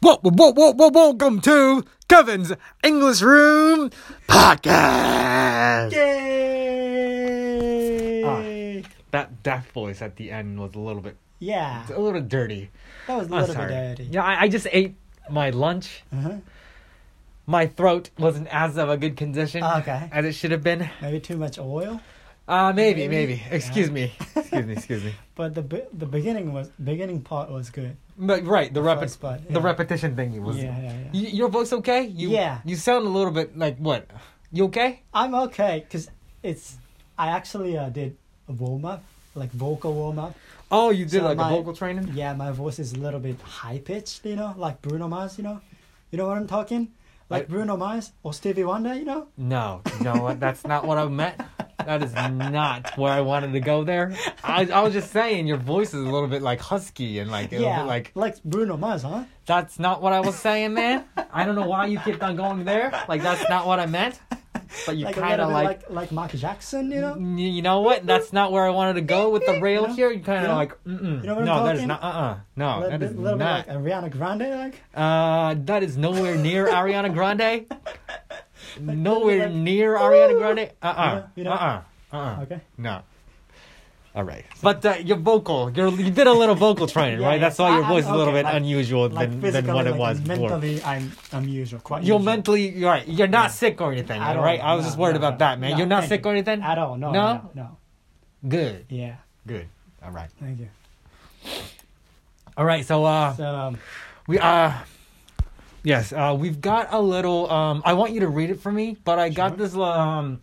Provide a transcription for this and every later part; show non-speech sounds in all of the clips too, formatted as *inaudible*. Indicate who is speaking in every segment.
Speaker 1: What, what, what, what, welcome to Kevin's English Room Podcast.
Speaker 2: Yay!
Speaker 3: Ah, That death voice at the end was a little bit,
Speaker 2: yeah,
Speaker 3: a little dirty.
Speaker 2: that was a
Speaker 3: I'm
Speaker 2: little bit
Speaker 3: Oh, sorry.
Speaker 2: dirty.
Speaker 3: Yeah, I, I just ate my lunch.
Speaker 2: Uh-huh.
Speaker 3: My throat wasn't as of a good condition
Speaker 2: Ah, Okay.
Speaker 3: as it should have been.
Speaker 2: Maybe too much oil,
Speaker 3: Uh, maybe,
Speaker 2: Maybe.
Speaker 3: maybe. Excuse me. Excuse me. Excuse me.
Speaker 2: but the be- the beginning was beginning part was good.
Speaker 3: But right, the
Speaker 2: First
Speaker 3: repet-
Speaker 2: part,
Speaker 3: the
Speaker 2: yeah.
Speaker 3: repetition thing was.
Speaker 2: Yeah, yeah, yeah.
Speaker 3: Y- your voice okay? You,
Speaker 2: Yeah.
Speaker 3: You sound a little bit like what? You okay?
Speaker 2: I'm okay because it's I actually uh, did a warm up, like vocal warm up.
Speaker 3: Oh, you did
Speaker 2: So
Speaker 3: like
Speaker 2: my-
Speaker 3: a vocal training.
Speaker 2: Yeah, my voice is a little bit high pitched, you know, like Bruno Mars, you know, you know what I'm talking, like
Speaker 3: I-
Speaker 2: Bruno Mars or Stevie Wonder, you know.
Speaker 3: No, you know what? That's not what I meant. That is not where I wanted to go there. I, I was just saying your voice is a little bit like husky and like a little
Speaker 2: yeah,
Speaker 3: bit like
Speaker 2: like Bruno Mars, huh?
Speaker 3: that's not what I was saying, man. I don't know why you kept on going there. Like that's not what I meant. But you
Speaker 2: Like a
Speaker 3: kind
Speaker 2: little
Speaker 3: of
Speaker 2: bit
Speaker 3: like,
Speaker 2: like like Mark Jackson, you know.
Speaker 3: N- you know what? That's not where I wanted to go with the rail
Speaker 2: *laughs* You know?
Speaker 3: here. You kind of
Speaker 2: You know?
Speaker 3: like mm-mm.
Speaker 2: You know what I'm
Speaker 3: no, that is not
Speaker 2: talking?
Speaker 3: uh uh no,
Speaker 2: little
Speaker 3: that
Speaker 2: bit,
Speaker 3: is
Speaker 2: little
Speaker 3: not.
Speaker 2: bit like Ariana Grande, like
Speaker 3: Uh, that is nowhere
Speaker 2: *laughs*
Speaker 3: near Ariana Grande. nowhere
Speaker 2: like,
Speaker 3: near Ariana Grande. Uh
Speaker 2: know,
Speaker 3: uh-uh.
Speaker 2: you know?
Speaker 3: uh. Uh uh. Uh uh.
Speaker 2: okay.
Speaker 3: No. All right. But uh, your vocal, your, you did a little
Speaker 2: *laughs*
Speaker 3: vocal training,
Speaker 2: Yeah,
Speaker 3: right?
Speaker 2: yeah.
Speaker 3: That's why your
Speaker 2: I-
Speaker 3: voice is
Speaker 2: I'm
Speaker 3: a little
Speaker 2: okay,
Speaker 3: bit
Speaker 2: like-
Speaker 3: unusual
Speaker 2: like
Speaker 3: than,
Speaker 2: physically,
Speaker 3: than what it
Speaker 2: like
Speaker 3: was before.
Speaker 2: mentally, I'm I'm usual, quite.
Speaker 3: You're
Speaker 2: usual.
Speaker 3: mentally, you're right. You're not sick or anything,
Speaker 2: I don't
Speaker 3: right?
Speaker 2: know.
Speaker 3: I was just
Speaker 2: No,
Speaker 3: worried
Speaker 2: no,
Speaker 3: about
Speaker 2: no.
Speaker 3: that, man.
Speaker 2: No,
Speaker 3: you're not sick
Speaker 2: thank you.
Speaker 3: or anything?
Speaker 2: I don't know.
Speaker 3: No?
Speaker 2: no, no.
Speaker 3: Good.
Speaker 2: Yeah,
Speaker 3: Good. All right.
Speaker 2: thank you.
Speaker 3: All right. So, uh,
Speaker 2: So um,
Speaker 3: we, uh, yes, uh, we've got a little, um, I want you to read it for me, but I got
Speaker 2: Sure.
Speaker 3: this, um,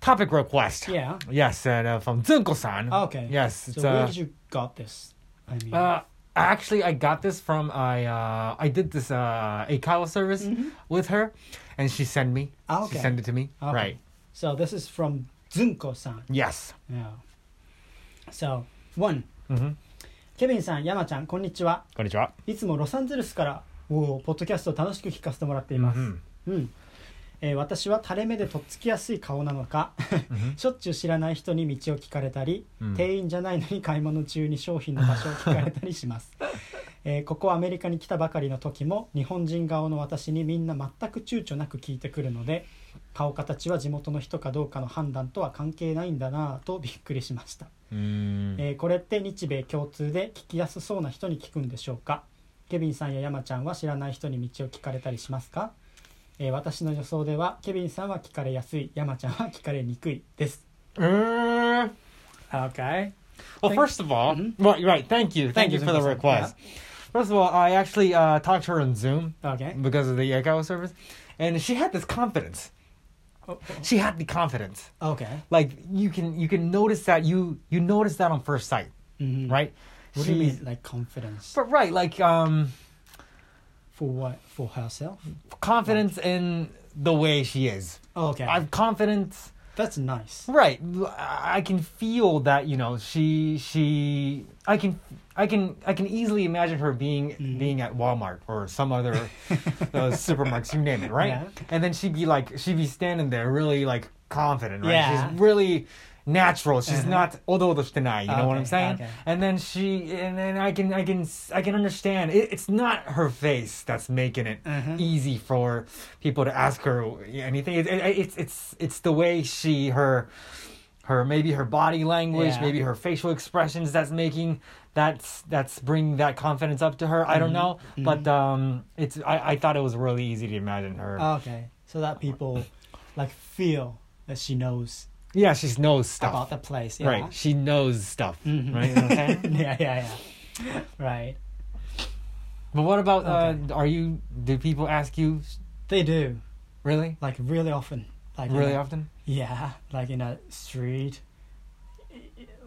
Speaker 3: topic request.
Speaker 2: yeah.
Speaker 3: Yes, and uh, from Zunko-san.
Speaker 2: Okay.
Speaker 3: Yes.
Speaker 2: So where did you got this? I mean,
Speaker 3: Uh, actually, I got this from I uh, I did this uh, Akawa service with her, and she sent me.
Speaker 2: Mm-hmm. Ah,
Speaker 3: She
Speaker 2: okay.
Speaker 3: sent it to me.
Speaker 2: Okay.
Speaker 3: Right.
Speaker 2: so this is from Zunko-san.
Speaker 3: Yes.
Speaker 2: Yeah. So one,
Speaker 3: Mm-hmm.
Speaker 2: ケビンさん、山ちゃん、こんにちは。
Speaker 3: Konnichiwa.
Speaker 2: いつもロサンゼルスからおーポッドキャストを楽しく聞かせてもらっています。
Speaker 3: うん
Speaker 2: うんえー私は垂れ目でとっつきやすい顔なのか *laughs* しょっちゅう知らない人に道を聞かれたり、
Speaker 3: うん
Speaker 2: 店員じゃないのに買い物中に商品の場所を聞かれたりします、 *laughs* えーここアメリカに来たばかりの時も日本人顔の私にみんな全く躊躇なく聞いてくるので顔形は地元の人かどうかの判断とは関係ないんだなぁとびっくりしました
Speaker 3: Mm.
Speaker 2: えーこれって日米共通で聞きやすそうな人に聞くんでしょうかケビンさんや山ちゃんは知らない人に道を聞かれたりしますか、えー私の予想ではケビンさんは聞かれやすい山ちゃんは聞かれにくいです。
Speaker 3: Uh,
Speaker 2: Okay.
Speaker 3: well,
Speaker 2: Thank-
Speaker 3: first of all,
Speaker 2: Mhm.
Speaker 3: right, right. Thank you, thank,
Speaker 2: Thank
Speaker 3: you
Speaker 2: you,
Speaker 3: for the
Speaker 2: Zunko-san.
Speaker 3: request. First of all, I actually uh, talked to her on Zoom
Speaker 2: Okay.
Speaker 3: because of the Akawa service, and she had this confidence. She had the confidence.
Speaker 2: Okay.
Speaker 3: Like you can you can notice that you you notice that on first sight,
Speaker 2: Mhm.
Speaker 3: right?
Speaker 2: What do you
Speaker 3: She's-
Speaker 2: mean like confidence?
Speaker 3: But right, like um,
Speaker 2: For what? For herself?
Speaker 3: confidence in the way she is.
Speaker 2: Okay.
Speaker 3: i have confidence.
Speaker 2: That's nice.
Speaker 3: Right, I can feel that you know she she. I can I can I can easily imagine her being
Speaker 2: Mm-hmm.
Speaker 3: being at Walmart or some other
Speaker 2: *laughs*
Speaker 3: uh, supermarkets, you name it, right?
Speaker 2: Yeah.
Speaker 3: And then she'd be like she'd be standing there, really like confident, right?
Speaker 2: Yeah. Uh-huh.
Speaker 3: She's really natural. She's not although the you know what
Speaker 2: Okay,
Speaker 3: I'm saying?
Speaker 2: okay.
Speaker 3: And then she and then I can I can s- I can understand it, it's not her face that's making it
Speaker 2: Uh-huh.
Speaker 3: easy for people to ask her anything. It, it, it's it's it's the way she her her maybe her body language,
Speaker 2: Yeah.
Speaker 3: maybe her facial expressions that's making that's that's bringing that confidence up to her. I
Speaker 2: Mm-hmm.
Speaker 3: don't know, but um, it's I, I thought it was really easy to imagine her.
Speaker 2: Okay. So that people like feel that she knows
Speaker 3: yeah, she knows stuff.
Speaker 2: about the place. Yeah.
Speaker 3: Right, she knows stuff.
Speaker 2: Mhm.
Speaker 3: Right, you know what I'm saying?
Speaker 2: *laughs* yeah, yeah, yeah. Right.
Speaker 3: But what about
Speaker 2: Okay.
Speaker 3: uh, are you? Do people ask you
Speaker 2: They do.
Speaker 3: really,
Speaker 2: like really often like
Speaker 3: really
Speaker 2: in a, *laughs*
Speaker 3: often?
Speaker 2: yeah like in a street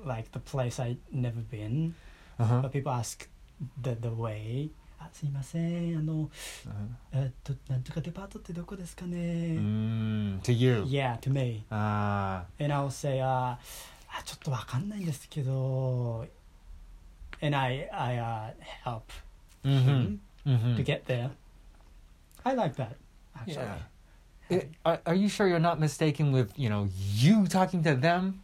Speaker 2: like the place i never been
Speaker 3: Uh huh.
Speaker 2: but people ask the the way あすいませんあの、えっとなんとかデパートってどこですかね、
Speaker 3: Uh-huh. Mm, to you.
Speaker 2: Yeah to me
Speaker 3: Ah,
Speaker 2: and I'll say ああちょっとわかんないんですけど and I I、uh, help
Speaker 3: mhm, mhm.
Speaker 2: to get there I like that actually
Speaker 3: Yeah. It-
Speaker 2: *laughs*
Speaker 3: are, are you sure you're not mistaken with you know you talking to them?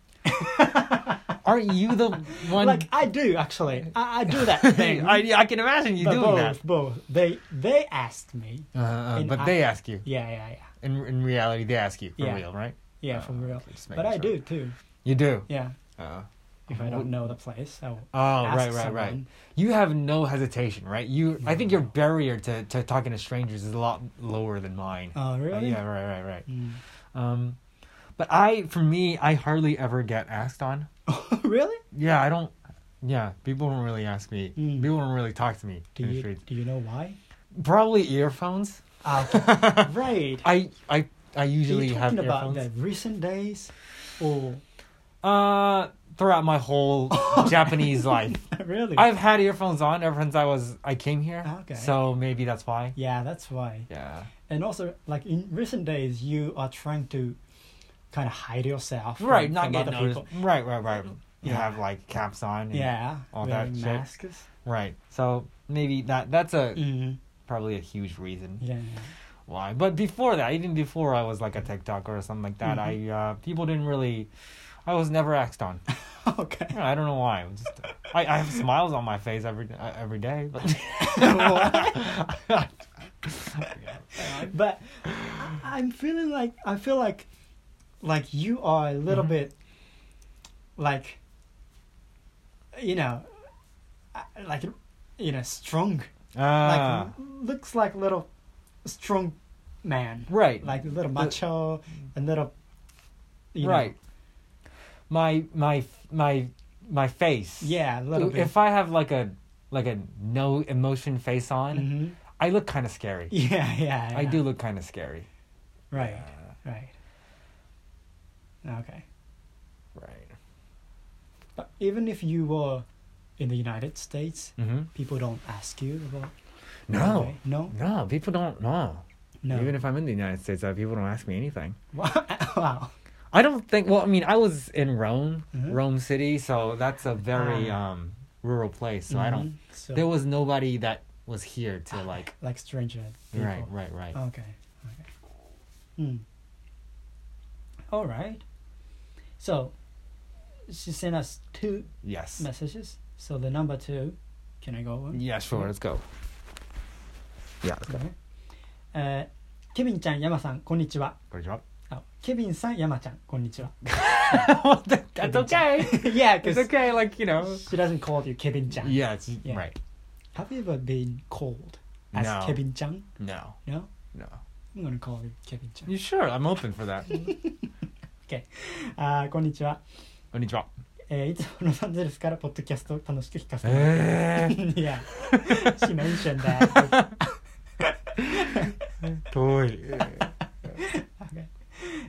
Speaker 3: aren't you the one? *laughs*
Speaker 2: like I do actually. I, I do that thing.
Speaker 3: I, I can imagine you
Speaker 2: But
Speaker 3: doing
Speaker 2: both,
Speaker 3: that.
Speaker 2: both. They they asked me.
Speaker 3: Uh, uh,
Speaker 2: And
Speaker 3: but
Speaker 2: I-
Speaker 3: they ask you.
Speaker 2: Yeah, yeah, yeah,
Speaker 3: In in reality, they ask you for
Speaker 2: Yeah.
Speaker 3: real, right?
Speaker 2: yeah.
Speaker 3: Oh,
Speaker 2: from real,
Speaker 3: just making
Speaker 2: but I
Speaker 3: sure.
Speaker 2: do too.
Speaker 3: You do.
Speaker 2: Yeah.
Speaker 3: Uh,
Speaker 2: If I
Speaker 3: Well-
Speaker 2: don't know the place, I will
Speaker 3: oh,
Speaker 2: ask
Speaker 3: right, right,
Speaker 2: someone.
Speaker 3: right. You have no hesitation, right? You, I think your barrier to, to talking to strangers is a lot lower than mine.
Speaker 2: Oh,
Speaker 3: Uh,
Speaker 2: really?
Speaker 3: yeah, right, right, right.
Speaker 2: Mm.
Speaker 3: Um, but I, for me, I hardly ever get asked on.
Speaker 2: *laughs* really?
Speaker 3: Yeah, I don't. Yeah, people don't really ask me.
Speaker 2: Mm.
Speaker 3: People don't really talk to me
Speaker 2: Do
Speaker 3: in the
Speaker 2: you
Speaker 3: streets.
Speaker 2: do you know why?
Speaker 3: *laughs* Probably earphones.
Speaker 2: Ah, right.
Speaker 3: I I I
Speaker 2: Are
Speaker 3: usually
Speaker 2: you
Speaker 3: have
Speaker 2: talking about
Speaker 3: earphones.
Speaker 2: the recent days, or *laughs*
Speaker 3: Uh, throughout my whole
Speaker 2: Oh,
Speaker 3: Japanese life,
Speaker 2: really?
Speaker 3: I've had earphones on ever since I was I came here.
Speaker 2: Okay.
Speaker 3: So maybe that's why.
Speaker 2: yeah, that's why.
Speaker 3: Yeah.
Speaker 2: And also, like in recent days, you are trying to kind of hide yourself, from-
Speaker 3: Right, not
Speaker 2: from
Speaker 3: getting
Speaker 2: other
Speaker 3: noticed.
Speaker 2: people.
Speaker 3: Right, right, right. You
Speaker 2: Yeah.
Speaker 3: have like caps on. and-
Speaker 2: Yeah,
Speaker 3: all
Speaker 2: wearing
Speaker 3: that shit.
Speaker 2: masks.
Speaker 3: Right. So maybe that that's a
Speaker 2: Mm.
Speaker 3: probably a huge reason
Speaker 2: Yeah, *laughs*
Speaker 3: why. But before that, even before I was like a TikToker or something like that,
Speaker 2: Mm-hmm.
Speaker 3: I uh, people didn't really. I was never asked
Speaker 2: *laughs*
Speaker 3: on.
Speaker 2: yeah. okay.
Speaker 3: I don't know why. I'm Just, I, I have smiles on my face every uh, every day. But *laughs*
Speaker 2: *laughs* but I- I'm feeling like I feel like like you are a little
Speaker 3: Mhm.
Speaker 2: bit like you know uh, like you know strong like
Speaker 3: Ah,
Speaker 2: looks like little strong man
Speaker 3: right.
Speaker 2: like a little macho and little you know,
Speaker 3: right. My my my my face.
Speaker 2: yeah a little bit
Speaker 3: If I have like a like a no emotion face on,
Speaker 2: Mhm.
Speaker 3: I look kind of scary.
Speaker 2: yeah, yeah yeah
Speaker 3: I do look kind of scary.
Speaker 2: right right okay
Speaker 3: Right.
Speaker 2: But even if you were in the United States,
Speaker 3: Mm-hmm.
Speaker 2: people don't ask you about.
Speaker 3: No.
Speaker 2: Okay. No.
Speaker 3: No, people don't know.
Speaker 2: No.
Speaker 3: Even if I'm in the United States, uh, people don't ask me anything.
Speaker 2: *laughs* wow.
Speaker 3: I don't think. Well, I mean, I was in Rome,
Speaker 2: Mhm.
Speaker 3: Rome City, so that's a very
Speaker 2: Ah.
Speaker 3: um, rural place. So I don't.
Speaker 2: Mhm. So,
Speaker 3: There was nobody that was here to
Speaker 2: Ah.
Speaker 3: like.
Speaker 2: like stranger. People.
Speaker 3: Right, right, right.
Speaker 2: Okay. Okay. Hmm. All right. So, she sent us two
Speaker 3: yes.
Speaker 2: messages. So the number two, can I go on?
Speaker 3: Yeah, sure. Let's go. Yeah, let's go.
Speaker 2: えーケビンちゃん、ヤマさん、こんにちは。
Speaker 3: Good *laughs* job.
Speaker 2: あケビンさん、ヤマちゃん、こんにちは。
Speaker 3: that's okay.
Speaker 2: *laughs*
Speaker 3: *laughs*
Speaker 2: yeah,
Speaker 3: It's
Speaker 2: because
Speaker 3: okay. Like you know.
Speaker 2: she doesn't call you ケビンちゃん。
Speaker 3: Yeah. It's,
Speaker 2: Yeah.
Speaker 3: Right.
Speaker 2: Have you ever been called as
Speaker 3: No.
Speaker 2: Kevin Chang?
Speaker 3: No.
Speaker 2: No?
Speaker 3: No.
Speaker 2: I'm gonna call you Kevin Chang.
Speaker 3: You sure? I'm open for
Speaker 2: *laughs*
Speaker 3: that.
Speaker 2: あーこんにちは、
Speaker 3: Konnichiwa.
Speaker 2: えーいつもロサンゼルスからポッドキャストを楽しく聞かせてもらって
Speaker 3: Eh.
Speaker 2: Yeah. She mentioned that.
Speaker 3: *laughs* Toy.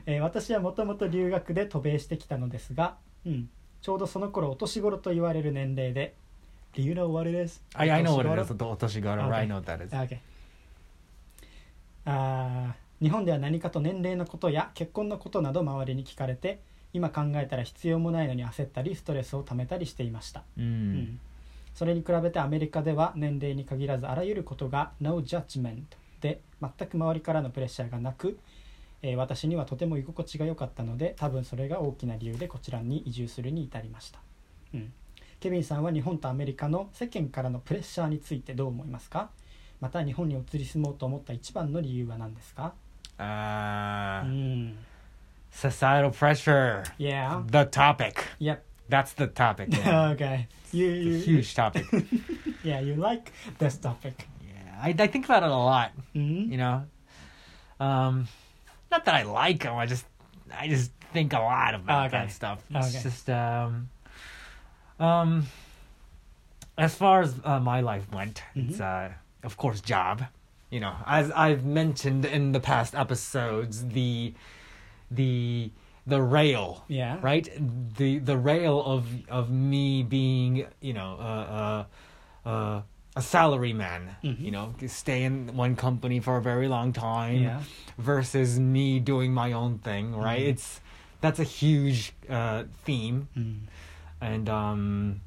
Speaker 2: えー私はもともと留学で渡米してきたのですが、うん、ちょうどその頃お年頃と言われる年齢で。Do you know what it is?
Speaker 3: I, I know what it is.
Speaker 2: お年頃
Speaker 3: Otoshigara.
Speaker 2: Okay. Uh,
Speaker 3: I know what that is.
Speaker 2: Okay. あー日本では何かと年齢のことや結婚のことなど周りに聞かれて今考えたら必要もないのに焦ったりストレスをためたりしていました、う
Speaker 3: Mm.
Speaker 2: んそれに比べてアメリカでは年齢に限らずあらゆることが No judgment で全く周りからのプレッシャーがなく、えー私にはとても居心地が良かったので多分それが大きな理由でこちらに移住するに至りました、うん、ケビンさんは日本とアメリカの世間からのプレッシャーについてどう思いますかまた日本に移り住もうと思った一番の理由は何ですか
Speaker 3: Uh,
Speaker 2: うん。
Speaker 3: societal pressure.
Speaker 2: Yeah.
Speaker 3: The topic.
Speaker 2: Yep.
Speaker 3: That's the topic.
Speaker 2: *laughs*
Speaker 3: man.
Speaker 2: okay. You, you,
Speaker 3: It's a huge topic.
Speaker 2: Yeah, you like this topic.
Speaker 3: yeah, I, I think about it a lot.
Speaker 2: Mm-hmm.
Speaker 3: You know, um, not that I like them. I just I just think a lot about
Speaker 2: Oh, Okay.
Speaker 3: that stuff. It's
Speaker 2: Okay.
Speaker 3: just um, um, as far as uh, my life went,
Speaker 2: Mm-hmm.
Speaker 3: it's uh, of course job. You know, as I've mentioned in the past episodes, the the the rail
Speaker 2: Yeah.
Speaker 3: right the the rail of of me being you know uh, uh, uh, a salary man
Speaker 2: Mm-hmm.
Speaker 3: you know stay in one company for a very long time
Speaker 2: Yeah. Mm-hmm.
Speaker 3: versus me doing my own thing right it's that's a huge uh, theme
Speaker 2: Mm.
Speaker 3: and um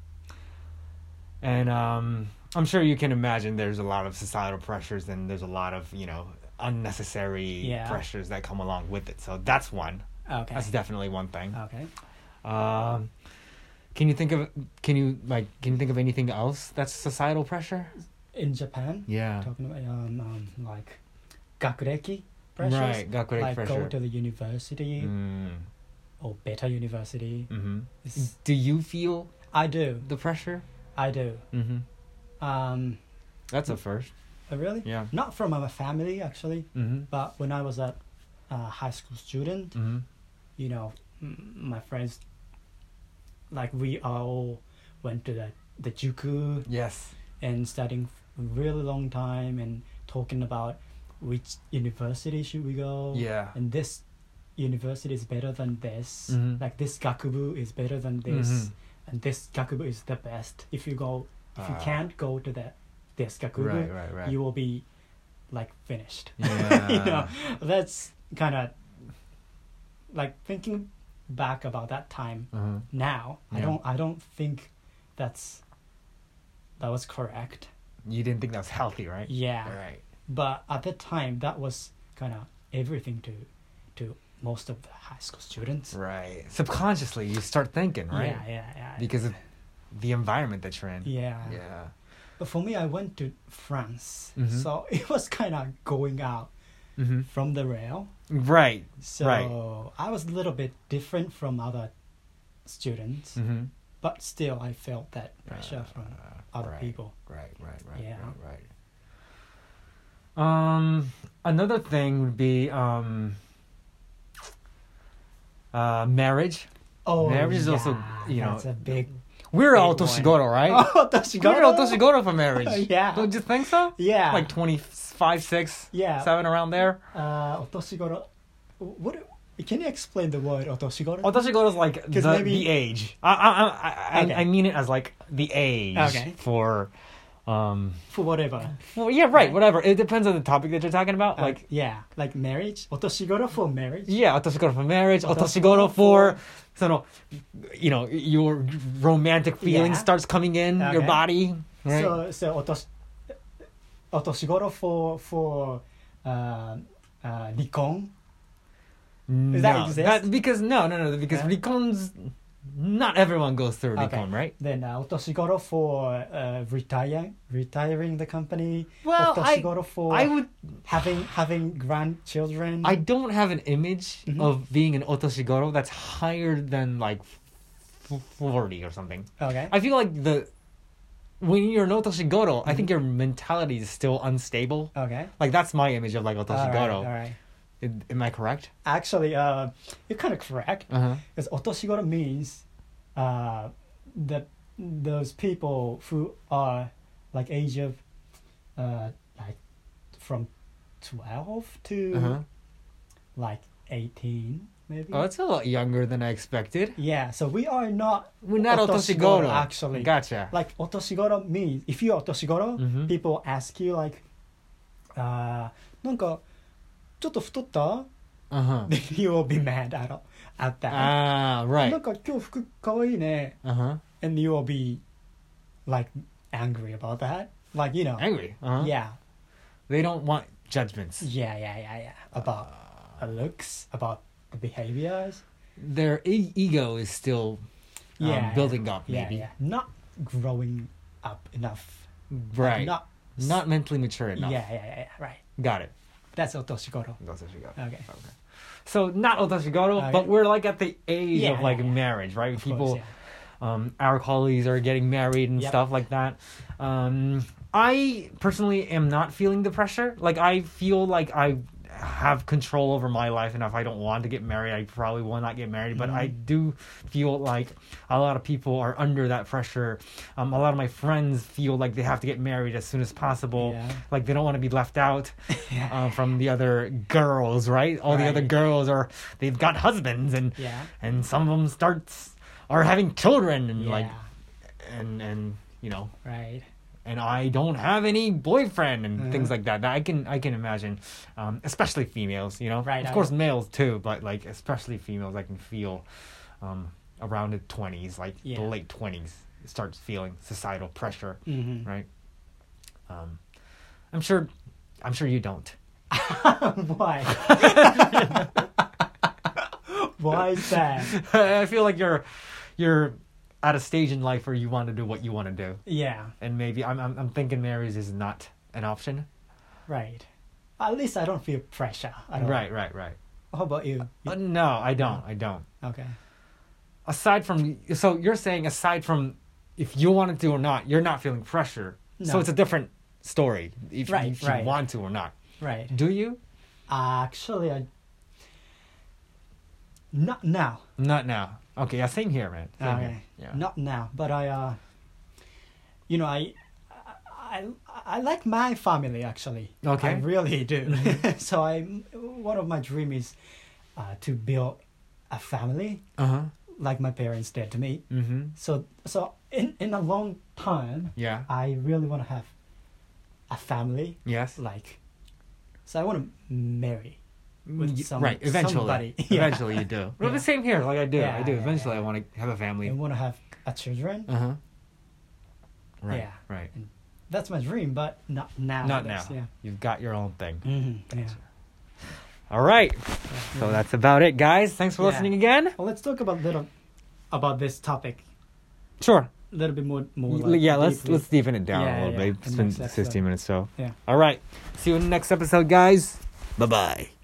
Speaker 3: and um i'm sure you can imagine there's a lot of societal pressures and there's a lot of you know unnecessary
Speaker 2: Yeah. Eh.
Speaker 3: pressures that come along with it so that's one
Speaker 2: Okay.
Speaker 3: that's definitely one thing
Speaker 2: okay.
Speaker 3: um, Can you think of can you like can you think of anything else that's societal pressure?
Speaker 2: in Japan,
Speaker 3: Yeah.
Speaker 2: talking about um, um, like gakureki pressures,
Speaker 3: Right, gakureki
Speaker 2: like go
Speaker 3: pressure.
Speaker 2: to the university
Speaker 3: Mm.
Speaker 2: or better university.
Speaker 3: hmm
Speaker 2: It's-
Speaker 3: Do you feel
Speaker 2: I do,
Speaker 3: the pressure?
Speaker 2: I do.
Speaker 3: Mm-hmm.
Speaker 2: Um,
Speaker 3: That's a first.
Speaker 2: uh, really,
Speaker 3: Yeah.
Speaker 2: not from my family actually,
Speaker 3: Mm-hmm.
Speaker 2: but when I was a uh, high school student,
Speaker 3: Mm-hmm.
Speaker 2: you know, m- my friends, like we all went to the the juku
Speaker 3: Yes.
Speaker 2: and studying f- really long time and talking about which university should we go.
Speaker 3: Yeah.
Speaker 2: and this university is better than this
Speaker 3: Mhm.
Speaker 2: like this gakubu is better than this
Speaker 3: Mm-hmm.
Speaker 2: and this gakubu is the best if you go if you
Speaker 3: Ah.
Speaker 2: can't go to that this gakubu
Speaker 3: Right, right, right. Ah.
Speaker 2: you will be like finished *laughs*
Speaker 3: yeah.
Speaker 2: you know that's kind of like thinking back about that time
Speaker 3: Uh-huh.
Speaker 2: now i
Speaker 3: Yeah.
Speaker 2: don't i don't think that's that was correct
Speaker 3: You didn't think that was healthy, right?
Speaker 2: yeah
Speaker 3: Right.
Speaker 2: but at the time that was kind of everything to to most of the high school students
Speaker 3: Right. Subconsciously, you start thinking, right?
Speaker 2: yeah yeah yeah
Speaker 3: Because of the environment that you're in.
Speaker 2: yeah.
Speaker 3: Yeah.
Speaker 2: but for me i went to france
Speaker 3: Mhm.
Speaker 2: so *laughs* it was kind of going out
Speaker 3: Mm-hmm.
Speaker 2: from the rail
Speaker 3: Right.
Speaker 2: so i was a little bit different from other students
Speaker 3: Mm-hmm.
Speaker 2: but still i felt that pressure from other
Speaker 3: Uh, right.
Speaker 2: people
Speaker 3: Right, right, right,
Speaker 2: Yeah.
Speaker 3: right, right. Um, another thing would be um, uh, marriage.
Speaker 2: oh
Speaker 3: Marriage is also,
Speaker 2: yeah,
Speaker 3: you know,
Speaker 2: that's a big
Speaker 3: We're all
Speaker 2: Big one.
Speaker 3: Toshigoro, right? *laughs*
Speaker 2: oh that's
Speaker 3: We're all Toshigoro for marriage.
Speaker 2: *laughs* Yeah.
Speaker 3: Don't you think so?
Speaker 2: yeah
Speaker 3: Like 25, 6,
Speaker 2: Yeah.
Speaker 3: 7 around there.
Speaker 2: uh, お年頃 what can you explain the word お年頃
Speaker 3: Otoshigoro is like the,
Speaker 2: 'Cause maybe-
Speaker 3: the age. I, I, I, I,
Speaker 2: Okay.
Speaker 3: I mean it as like the age
Speaker 2: Okay.
Speaker 3: for. Um,
Speaker 2: for whatever
Speaker 3: well, yeah, right, whatever. It depends on the topic that you're talking about. Like,
Speaker 2: like yeah like marriage お年頃 for marriage
Speaker 3: Yeah, お年頃 for marriage,
Speaker 2: お年頃
Speaker 3: お年頃 for その you know, your romantic feeling
Speaker 2: Yeah.
Speaker 3: starts coming in, your
Speaker 2: Okay.
Speaker 3: body, right?
Speaker 2: so so お年お年頃 for for uh, uh, 離婚
Speaker 3: no,
Speaker 2: that exist?
Speaker 3: because no, no, no, because
Speaker 2: Yeah.
Speaker 3: Rikon's not everyone goes through
Speaker 2: Okay.
Speaker 3: Rikon, right?
Speaker 2: then uh, お年頃 for uh, retiring retiring the company
Speaker 3: Well,
Speaker 2: お年頃 for
Speaker 3: I would
Speaker 2: having having grandchildren
Speaker 3: I don't have an image
Speaker 2: Mhm.
Speaker 3: of being an otoshigoro that's higher than like f- 40 or something.
Speaker 2: okay
Speaker 3: I feel like the when you're an otoshigoro, I
Speaker 2: Mm-hmm.
Speaker 3: think your mentality is still unstable. *laughs*
Speaker 2: okay
Speaker 3: Like that's my image of like
Speaker 2: all
Speaker 3: otoshigoro.
Speaker 2: right, all right
Speaker 3: Am- Am I correct?
Speaker 2: actually uh you're kind of correct
Speaker 3: Uh-huh.
Speaker 2: Because otoshigoro means uh, the those people who are like age of uh, like from twelve to
Speaker 3: Uh-huh.
Speaker 2: like eighteen maybe.
Speaker 3: Oh, that's a lot younger than I expected.
Speaker 2: yeah, so we are not
Speaker 3: We're not
Speaker 2: otoshigoro,
Speaker 3: otoshigoro.
Speaker 2: actually.
Speaker 3: Gotcha.
Speaker 2: like otoshigoro means if you're otoshigoro,
Speaker 3: Mhm.
Speaker 2: people ask you like, uh, なんかちょっと太った？ *laughs*
Speaker 3: Uh-huh.
Speaker 2: Then you will be mad at at that.
Speaker 3: Ah, right.
Speaker 2: なんか今日服かわいいね。
Speaker 3: Uh-huh.
Speaker 2: and you will be like angry about that like you know
Speaker 3: Angry. Uh-huh.
Speaker 2: yeah
Speaker 3: They don't want judgments.
Speaker 2: yeah yeah yeah yeah about uh, looks about the behaviors
Speaker 3: Their e- ego is still um,
Speaker 2: yeah yeah.
Speaker 3: building up,
Speaker 2: yeah,
Speaker 3: maybe.
Speaker 2: yeah not growing up enough
Speaker 3: Right.
Speaker 2: not
Speaker 3: Not mentally mature enough.
Speaker 2: yeah yeah yeah, yeah right
Speaker 3: Got it.
Speaker 2: that's otoshigoro
Speaker 3: Otoshigoro.
Speaker 2: okay
Speaker 3: So not otoshigoro,
Speaker 2: Okay.
Speaker 3: but we're like at the age
Speaker 2: Yeah,
Speaker 3: of like
Speaker 2: yeah, yeah.
Speaker 3: marriage, right?
Speaker 2: course,
Speaker 3: People,
Speaker 2: yeah.
Speaker 3: um, our colleagues are getting married and
Speaker 2: Yep.
Speaker 3: stuff like that. Um, I personally am not feeling the pressure. Like I feel like I have control over my life, and if I don't want to get married, I probably will not get married. But I
Speaker 2: Mm-hmm.
Speaker 3: do feel like a lot of people are under that pressure. Um, a lot of my friends feel like they have to get married as soon as possible.
Speaker 2: Yeah.
Speaker 3: Like they don't want to be left out
Speaker 2: *laughs*
Speaker 3: uh, from the other girls, right? All the other
Speaker 2: Right.
Speaker 3: girls are they've got husbands and
Speaker 2: yeah
Speaker 3: and some of them starts are having children and
Speaker 2: yeah
Speaker 3: *laughs* like and and you know
Speaker 2: right
Speaker 3: and I don't have any boyfriend and
Speaker 2: Mhm.
Speaker 3: things like that. That I can I can imagine, um, especially females. You know,
Speaker 2: Right,
Speaker 3: Of
Speaker 2: I-
Speaker 3: course, males too, but like especially females, I can feel um, around the twenties, like
Speaker 2: Yeah.
Speaker 3: the late twenties, starts feeling societal pressure,
Speaker 2: mm-hmm.
Speaker 3: right? Um, I'm sure, I'm sure you don't. *laughs*
Speaker 2: why *laughs* why is that
Speaker 3: I feel like you're you're at a stage in life where you want to do what you want to do,
Speaker 2: Yeah,
Speaker 3: and maybe I'm I'm, I'm thinking marriage is not an option.
Speaker 2: right. At least I don't feel pressure. I don't.
Speaker 3: Right, right, right.
Speaker 2: How about you?
Speaker 3: Uh, no, I don't. I don't.
Speaker 2: Okay.
Speaker 3: Aside from so you're saying aside from if you wanted to or not, you're not feeling pressure.
Speaker 2: No.
Speaker 3: So it's a different story if,
Speaker 2: Right,
Speaker 3: if you
Speaker 2: right.
Speaker 3: want to or not.
Speaker 2: Right.
Speaker 3: Do you?
Speaker 2: Actually, I. Not now.
Speaker 3: Not now. Okay, yeah, same here, man. Same
Speaker 2: Okay.
Speaker 3: here. Yeah.
Speaker 2: Not now, but I, uh, you know, I, I, I, I like my family actually.
Speaker 3: Okay. Mm-hmm.
Speaker 2: I really do. *laughs* so I, one of my dream is, uh, to build a family
Speaker 3: Uh huh.
Speaker 2: like my parents did to me.
Speaker 3: Mm-hmm.
Speaker 2: So so in in a long time,
Speaker 3: Yeah.
Speaker 2: I really want to have a family
Speaker 3: Yes.
Speaker 2: like. So I want to marry. with
Speaker 3: Mm, Y-
Speaker 2: some-
Speaker 3: right. Eventually.
Speaker 2: somebody. *laughs* Yeah.
Speaker 3: Eventually, you do. Well,
Speaker 2: Yeah.
Speaker 3: the same here. Like I do.
Speaker 2: Yeah,
Speaker 3: I do.
Speaker 2: yeah,
Speaker 3: Eventually,
Speaker 2: yeah.
Speaker 3: I want to have a family.
Speaker 2: I want to have a children.
Speaker 3: Mm. Uh huh. Right.
Speaker 2: Yeah.
Speaker 3: Right.
Speaker 2: That's my dream, but not now.
Speaker 3: Not now.
Speaker 2: that's- Yeah.
Speaker 3: You've got your own thing.
Speaker 2: Mm-hmm. yeah.
Speaker 3: All right. So that's about it, guys. Thanks for
Speaker 2: Yeah.
Speaker 3: listening again.
Speaker 2: Well, let's talk about little about this topic
Speaker 3: Sure.
Speaker 2: a little bit more. more
Speaker 3: L-
Speaker 2: like
Speaker 3: yeah. Let's
Speaker 2: deeply.
Speaker 3: let's deepen it down
Speaker 2: Yeah,
Speaker 3: a little
Speaker 2: yeah.
Speaker 3: bit.
Speaker 2: In
Speaker 3: It's been
Speaker 2: next episode.
Speaker 3: fifteen minutes, so.
Speaker 2: Yeah.
Speaker 3: All right. See you in the next episode, guys. Bye bye.